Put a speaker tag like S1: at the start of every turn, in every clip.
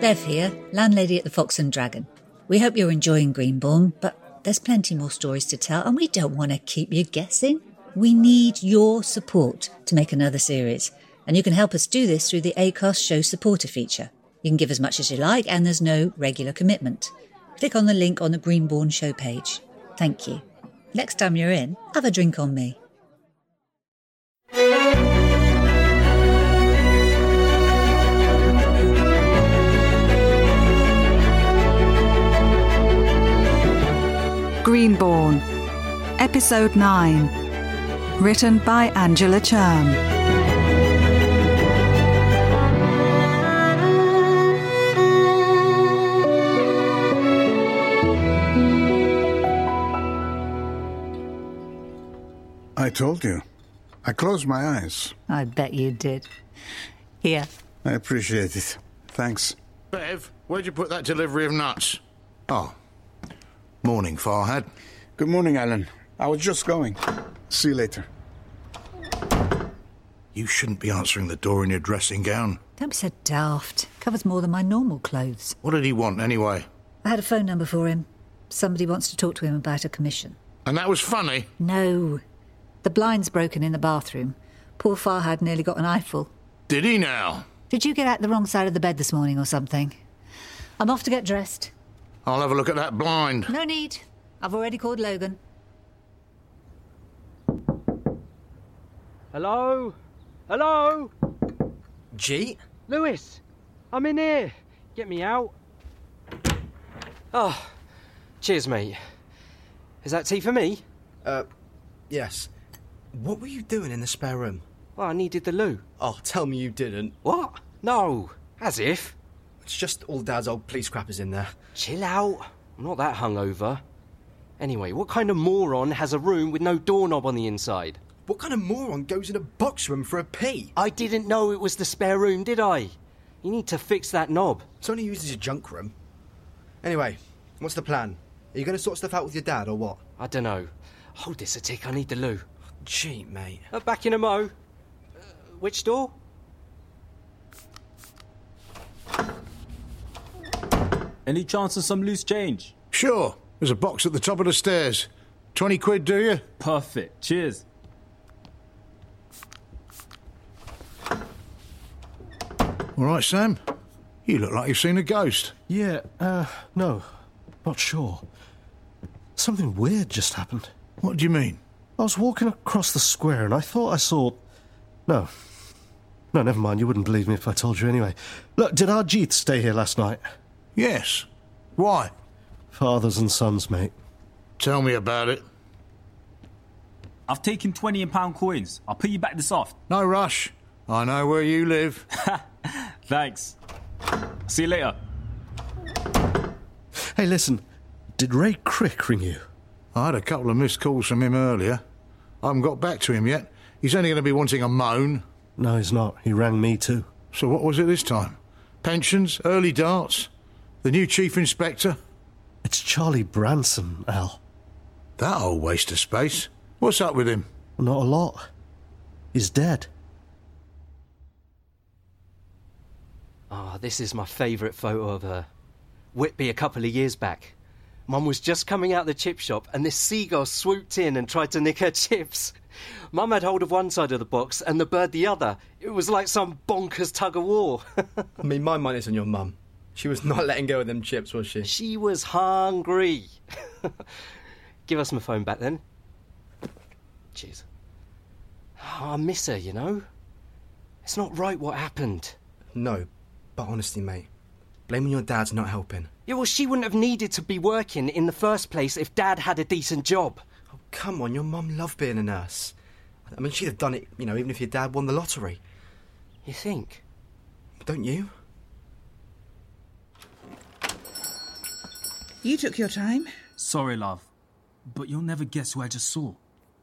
S1: Bev here, landlady at the Fox and Dragon. We hope you're enjoying Greenbaum, but there's plenty more stories to tell, and we don't want to keep you guessing. We need your support to make another series, and you can help us do this through the ACAST Show Supporter feature. You can give as much as you like, and there's no regular commitment. Click on the link on the Greenbourne show page. Thank you. Next time you're in, have a drink on me.
S2: Greenbawn, Episode 9. Written by Angela Cham.
S3: I told you. I closed my eyes.
S2: I bet you did. Here.
S3: I appreciate it. Thanks.
S4: Bev, where'd you put that delivery of nuts?
S5: Oh. Morning, Farhad.
S3: Good morning, Alan. I was just going. See you later.
S5: You shouldn't be answering the door in your dressing gown.
S1: Don't be so daft. Covers more than my normal clothes.
S5: What did he want anyway?
S1: I had a phone number for him. Somebody wants to talk to him about a commission.
S4: And that was funny.
S1: No. The blind's broken in the bathroom. Poor Farhad nearly got an eyeful.
S4: Did he now?
S1: Did you get out the wrong side of the bed this morning or something? I'm off to get dressed.
S4: I'll have a look at that blind.
S1: No need. I've already called Logan.
S6: Hello? Hello?
S7: G?
S6: Lewis! I'm in here! Get me out. Oh, cheers, mate. Is that tea for me?
S7: Yes. What were you doing in the spare room?
S6: Well, I needed the loo.
S7: Oh, tell me you didn't.
S6: What? No, as if.
S7: It's just all Dad's old police crappers in there.
S6: Chill out. I'm not that hungover. Anyway, what kind of moron has a room with no doorknob on the inside?
S7: What kind of moron goes in a box room for a pee?
S6: I didn't know it was the spare room, did I? You need to fix that knob.
S7: It's only used as a junk room. Anyway, what's the plan? Are you going to sort stuff out with your dad or what?
S6: I don't know. Hold this a tick, I need the loo.
S7: Gee, mate.
S6: Uh, back in a mo. Uh, which door?
S8: Any chance of some loose change?
S4: Sure, there's a box at the top of the stairs. 20 quid, do you?
S8: Perfect. Cheers.
S4: All right, Sam. You look like you've seen a ghost.
S9: Yeah, uh, no, not sure. Something weird just happened.
S4: What do you mean?
S9: I was walking across the square and I thought I saw. No. No, never mind. You wouldn't believe me if I told you anyway. Look, did Arjeet stay here last night?
S4: Yes. Why?
S9: Fathers and sons, mate.
S4: Tell me about it.
S8: I've taken 20 and pound coins. I'll pay you back this off.
S4: No rush. I know where you live.
S8: Thanks. See you later.
S9: Hey, listen. Did Ray Crick ring you?
S4: I had a couple of missed calls from him earlier. I haven't got back to him yet. He's only going to be wanting a moan.
S9: No, he's not. He rang me too.
S4: So what was it this time? Pensions, early darts, the new chief inspector.
S9: It's Charlie Branson, Al.
S4: That old waste of space. What's up with him?
S9: Not a lot. He's dead.
S6: Ah, this is my favourite photo of her. Whitby a couple of years back. Mum was just coming out the chip shop and this seagull swooped in and tried to nick her chips. Mum had hold of one side of the box and the bird the other. It was like some bonkers tug of war.
S7: I mean, my money's on your mum. She was not letting go of them chips, was she?
S6: she was hungry. Give us my phone back then. Cheers. Ah, I miss her, you know. It's not right what happened.
S7: No, but honestly, mate, blaming your dad's not helping.
S6: Yeah, well, she wouldn't have needed to be working in the first place if Dad had a decent job.
S7: Oh, come on, your mum loved being a nurse. I mean, she'd have done it, you know, even if your dad won the lottery.
S6: You think?
S7: Don't you?
S10: You took your time.
S8: Sorry, love, but you'll never guess who I just saw.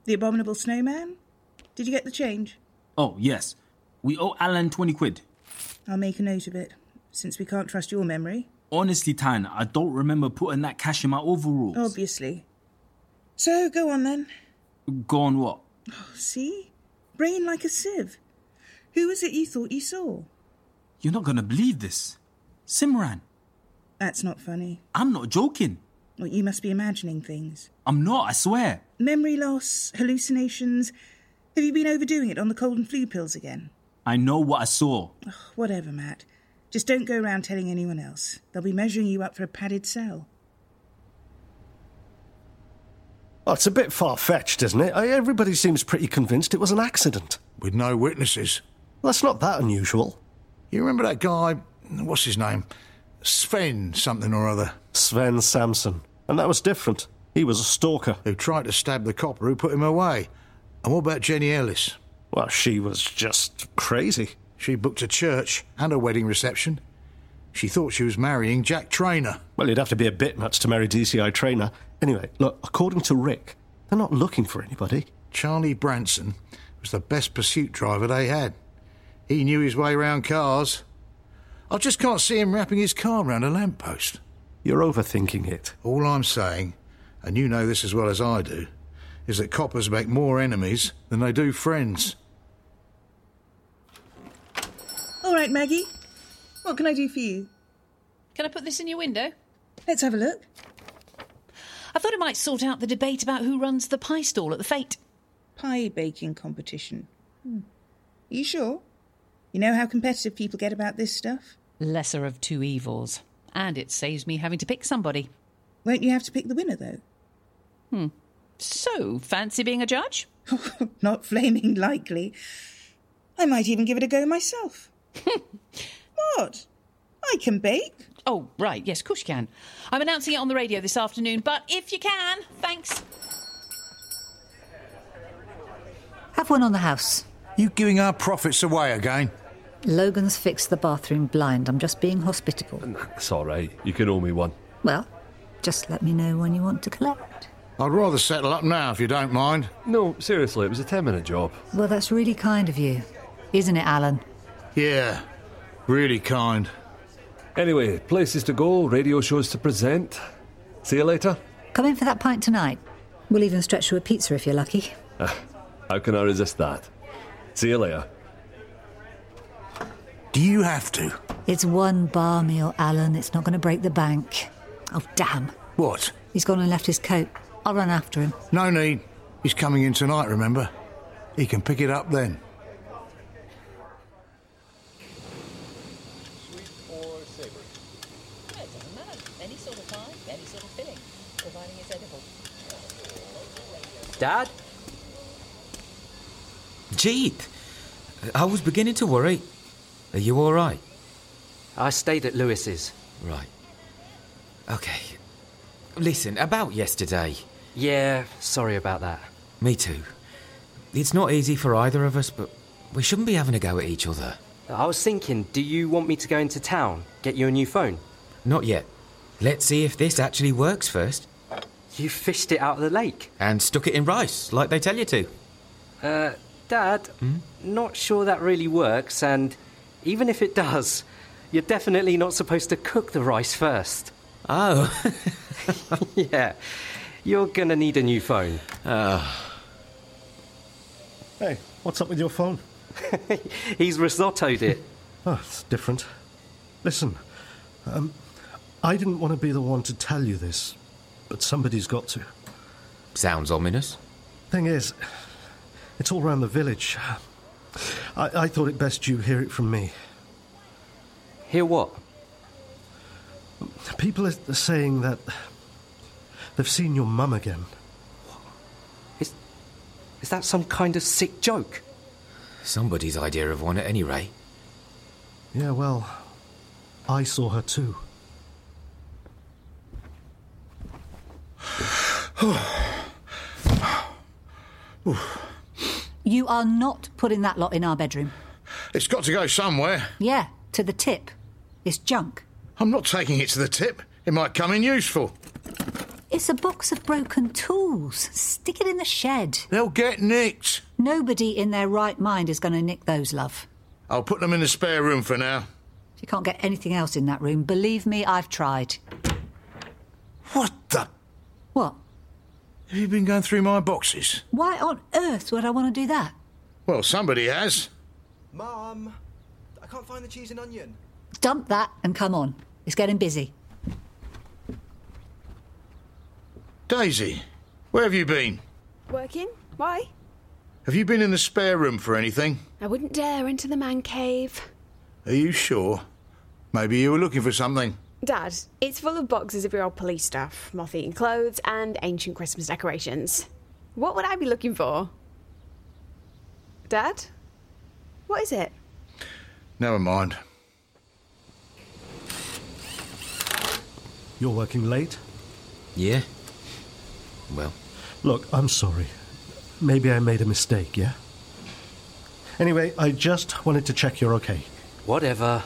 S10: The abominable snowman? Did you get the change?
S8: Oh, yes. We owe Alan 20 quid.
S10: I'll make a note of it, since we can't trust your memory.
S8: Honestly, Tan, I don't remember putting that cash in my overalls.
S10: Oh, Obviously. So go on then.
S8: Go on what?
S10: See? Brain like a sieve. Who was it you thought you saw?
S8: You're not gonna believe this. Simran,
S10: That's not funny.
S8: I'm not joking.
S10: Well, you must be imagining things.
S8: I'm not, I swear.
S10: Memory loss, hallucinations. Have you been overdoing it on the cold and flu pills again?
S8: I know what I saw.
S10: Whatever, Matt. Just don't go around telling anyone else. They'll be measuring you up for a padded cell.
S9: Oh, it's a bit far fetched, isn't it? I- Everybody seems pretty convinced it was an accident.
S5: With no witnesses.
S9: Well, that's not that unusual.
S5: You remember that guy? What's his name? Sven something or other.
S9: Sven Samson. And that was different. He was a stalker.
S5: Who tried to stab the copper who put him away. And what about Jenny Ellis?
S9: Well, she was just crazy.
S5: She booked a church and a wedding reception. She thought she was marrying Jack Trainer.
S9: Well, you'd have to be a bit nuts to marry DCI Trainer. Anyway, look, according to Rick, they're not looking for anybody.
S5: Charlie Branson was the best pursuit driver they had. He knew his way round cars. I just can't see him wrapping his car round a lamppost.
S9: You're overthinking it.
S5: All I'm saying, and you know this as well as I do, is that coppers make more enemies than they do friends.
S10: All right, Maggie. What can I do for you?
S11: Can I put this in your window?
S10: Let's have a look.
S11: I thought it might sort out the debate about who runs the pie stall at the fete.
S10: Pie baking competition. Hmm. You sure? You know how competitive people get about this stuff?
S11: Lesser of two evils. And it saves me having to pick somebody.
S10: Won't you have to pick the winner, though?
S11: Hmm. So, fancy being a judge?
S10: Not flaming likely. I might even give it a go myself. what? I can bake.
S11: Oh, right, yes, of course you can. I'm announcing it on the radio this afternoon, but if you can, thanks.
S1: Have one on the house.
S5: You giving our profits away again?
S1: Logan's fixed the bathroom blind. I'm just being hospitable.
S12: It's all right. You can owe me one.
S1: Well, just let me know when you want to collect.
S5: I'd rather settle up now if you don't mind.
S12: No, seriously, it was a 10 minute job.
S1: Well, that's really kind of you, isn't it, Alan?
S5: Yeah, really kind.
S12: Anyway, places to go, radio shows to present. See you later.
S1: Come in for that pint tonight. We'll even stretch you a pizza if you're lucky.
S12: Ah, How can I resist that? See you later.
S5: Do you have to?
S1: It's one bar meal, Alan. It's not going to break the bank. Oh, damn.
S5: What?
S1: He's gone and left his coat. I'll run after him.
S5: No need. He's coming in tonight, remember? He can pick it up then.
S11: Any sort of pie, any sort of filling, providing it's edible.
S13: Dad? Jeet, Uh, I was beginning to worry. Are you all right?
S6: I stayed at Lewis's.
S13: Right. Okay. Listen, about yesterday.
S6: Yeah, sorry about that.
S13: Me too. It's not easy for either of us, but we shouldn't be having a go at each other.
S6: I was thinking, do you want me to go into town, get you a new phone?
S13: Not yet. Let's see if this actually works first.
S6: You fished it out of the lake.
S13: And stuck it in rice, like they tell you to.
S6: Uh, Dad, not sure that really works, and even if it does, you're definitely not supposed to cook the rice first.
S13: Oh.
S6: yeah, you're gonna need a new phone.
S9: Hey, what's up with your phone?
S6: He's risottoed it.
S9: Oh, it's different. Listen, um, I didn't want to be the one to tell you this, but somebody's got to.
S13: Sounds ominous.
S9: Thing is, it's all round the village. I, I thought it best you hear it from me.
S6: Hear what?
S9: People are saying that they've seen your mum again.
S6: Is that some kind of sick joke?
S13: Somebody's idea of one at any rate.
S9: Yeah, well, I saw her too.
S1: You are not putting that lot in our bedroom.
S5: It's got to go somewhere.
S1: Yeah, to the tip. It's junk.
S5: I'm not taking it to the tip. It might come in useful.
S1: It's a box of broken tools. Stick it in the shed.
S5: They'll get nicked.
S1: Nobody in their right mind is going to nick those, love.
S5: I'll put them in the spare room for now.
S1: If you can't get anything else in that room, believe me, I've tried.
S5: What the?
S1: What?
S5: Have you been going through my boxes?
S1: Why on earth would I want to do that?
S5: Well, somebody has.
S7: Mum, I can't find the cheese and onion.
S1: Dump that and come on. It's getting busy.
S5: Daisy, where have you been?
S14: Working? Why?
S5: Have you been in the spare room for anything?
S14: I wouldn't dare enter the man cave.
S5: Are you sure? Maybe you were looking for something.
S14: Dad, it's full of boxes of your old police stuff, moth eaten clothes, and ancient Christmas decorations. What would I be looking for? Dad? What is it?
S5: Never mind.
S9: You're working late?
S13: Yeah. Well,
S9: Look, I'm sorry. Maybe I made a mistake, yeah? Anyway, I just wanted to check you're okay.
S6: Whatever.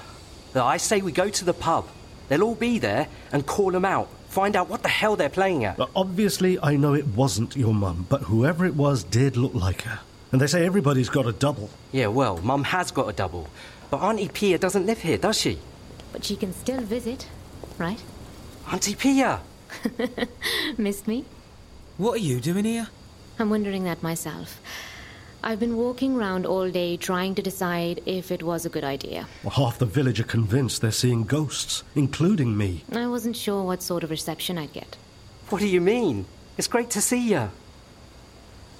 S6: Look, I say we go to the pub. They'll all be there and call them out. Find out what the hell they're playing at.
S9: Now, Obviously, I know it wasn't your mum, but whoever it was did look like her. And they say everybody's got a double.
S6: Yeah, well, Mum has got a double. But Auntie Pia doesn't live here, does she?
S15: But she can still visit, right?
S6: Auntie Pia!
S15: Missed me?
S13: what are you doing here?
S15: I'm wondering that myself. I've been walking round all day trying to decide if it was a good idea.
S9: Well, half the village are convinced they're seeing ghosts, including me.
S15: I wasn't sure what sort of reception I'd get.
S6: What do you mean? It's great to see you.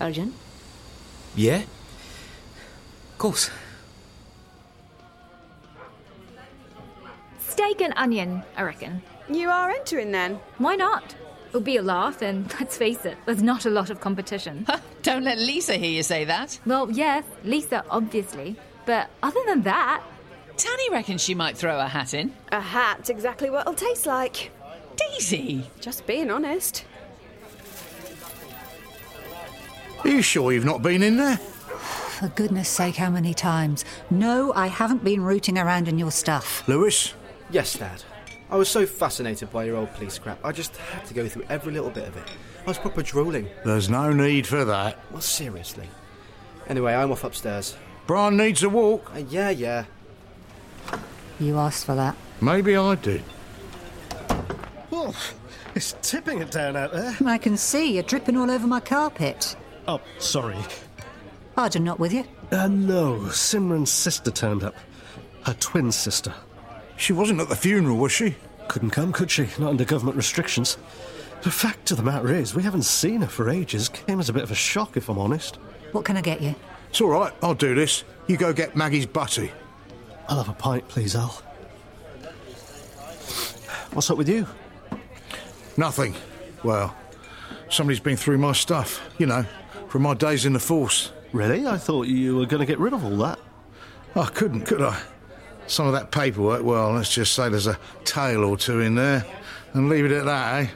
S15: Arjun?
S13: Yeah? Of course.
S16: Steak and onion, I reckon.
S14: You are entering then?
S16: Why not? It'll be a laugh, and let's face it, there's not a lot of competition.
S11: Don't let Lisa hear you say that.
S16: well, yes, Lisa, obviously. But other than that,
S11: Tanny reckons she might throw her hat in.
S14: A hat's exactly what it'll taste like.
S11: Daisy!
S14: Just being honest.
S5: Are you sure you've not been in there?
S1: For goodness sake, how many times? No, I haven't been rooting around in your stuff.
S5: Lewis?
S7: Yes, Dad. I was so fascinated by your old police crap, I just had to go through every little bit of it. I was proper drooling.
S5: There's no need for that.
S7: Well, seriously. Anyway, I'm off upstairs.
S5: Brian needs a walk.
S7: Uh, yeah, yeah.
S1: You asked for that.
S5: Maybe I did.
S9: Well, it's tipping it down out there.
S1: I can see you're dripping all over my carpet.
S9: Oh, sorry.
S1: Arjun not with you?
S9: Uh, no, Simran's sister turned up. Her twin sister.
S5: She wasn't at the funeral, was she?
S9: Couldn't come, could she? Not under government restrictions. The fact of the matter is, we haven't seen her for ages. Came as a bit of a shock, if I'm honest.
S1: What can I get you?
S5: It's all right, I'll do this. You go get Maggie's butty.
S9: I'll have a pint, please, Al. What's up with you?
S5: Nothing. Well, somebody's been through my stuff, you know, from my days in the force.
S9: Really? I thought you were going to get rid of all that.
S5: I couldn't, could I? Some of that paperwork, well, let's just say there's a tale or two in there, and leave it at that, eh?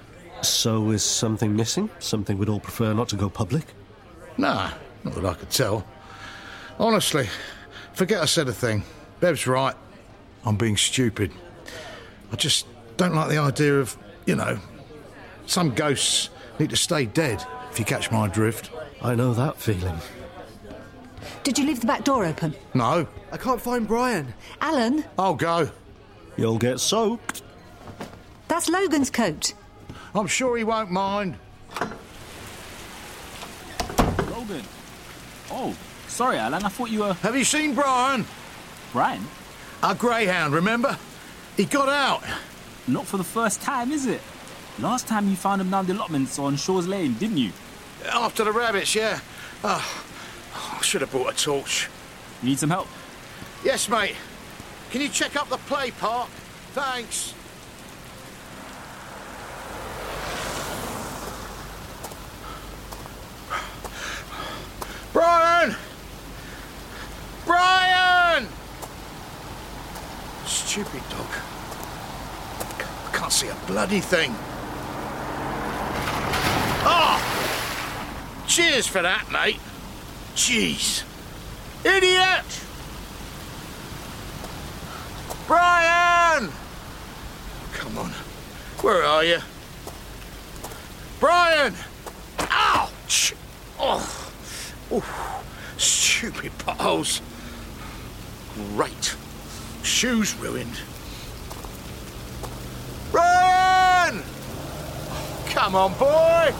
S9: So is something missing? Something we'd all prefer not to go public?
S5: Nah, not that I could tell. Honestly, forget I said a thing. Bev's right. I'm being stupid. I just don't like the idea of, you know, some ghosts need to stay dead, if you catch my drift.
S9: I know that feeling.
S1: Did you leave the back door open?
S5: No.
S7: I can't find Brian.
S1: Alan,
S5: I'll go.
S9: You'll get soaked.
S1: that's Logan's coat.
S5: I'm sure he won't mind.
S8: Logan. Oh, sorry, Alan. I thought you were.
S5: Have you seen Brian?
S8: Brian?
S5: Our greyhound, remember? He got out.
S8: Not for the first time, is it? Last time you found him down the allotments on Shaw's Lane, didn't you?
S5: After the rabbits, yeah. Oh, I should have brought a torch.
S8: You need some help?
S5: Yes, mate. Can you check up the play park? Thanks. Brian! Brian! Stupid dog. I can't see a bloody thing. Oh! Cheers for that, mate. Jeez. Idiot! Brian! Come on. Where are you? Brian! Ouch! Oh! Oof. Stupid potholes. Great. Shoes ruined. Brian! Come on, boy!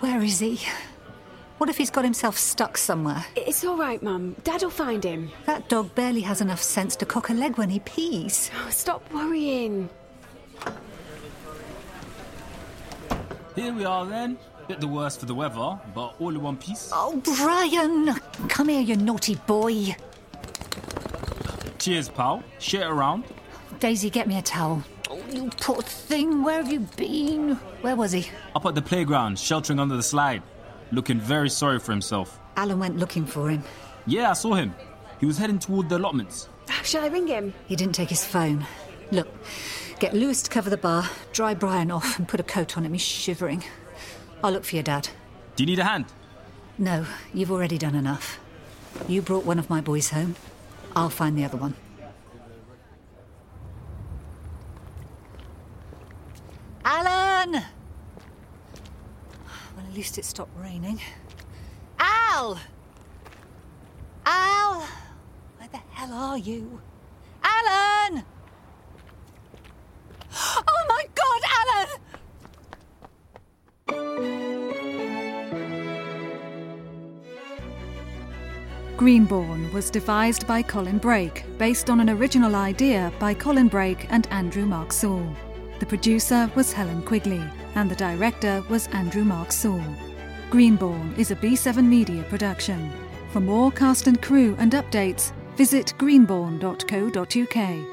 S1: Where is he? What if he's got himself stuck somewhere?
S14: It's all right, Mum. Dad'll find him.
S1: That dog barely has enough sense to cock a leg when he pees.
S14: Oh, stop worrying.
S8: Here we are then. Bit the worse for the weather, but all in one piece.
S1: Oh, Brian! Come here, you naughty boy.
S8: Cheers, pal. Shit around.
S1: Daisy, get me a towel. Oh, you poor thing. Where have you been? Where was he?
S8: Up at the playground, sheltering under the slide, looking very sorry for himself.
S1: Alan went looking for him.
S8: Yeah, I saw him. He was heading toward the allotments.
S14: Shall I ring him?
S1: He didn't take his phone. Look, get Lewis to cover the bar, dry Brian off, and put a coat on him. He's shivering. I'll look for your dad.
S8: Do you need a hand?
S1: No, you've already done enough. You brought one of my boys home. I'll find the other one. Alan! Well, at least it stopped raining. Al! Al! Where the hell are you? Alan! Oh my god, Alan!
S2: Greenbourne was devised by Colin Brake, based on an original idea by Colin Brake and Andrew Mark Saul. The producer was Helen Quigley, and the director was Andrew Mark Saul. Greenbourne is a B7 Media production. For more cast and crew and updates, visit greenbourne.co.uk.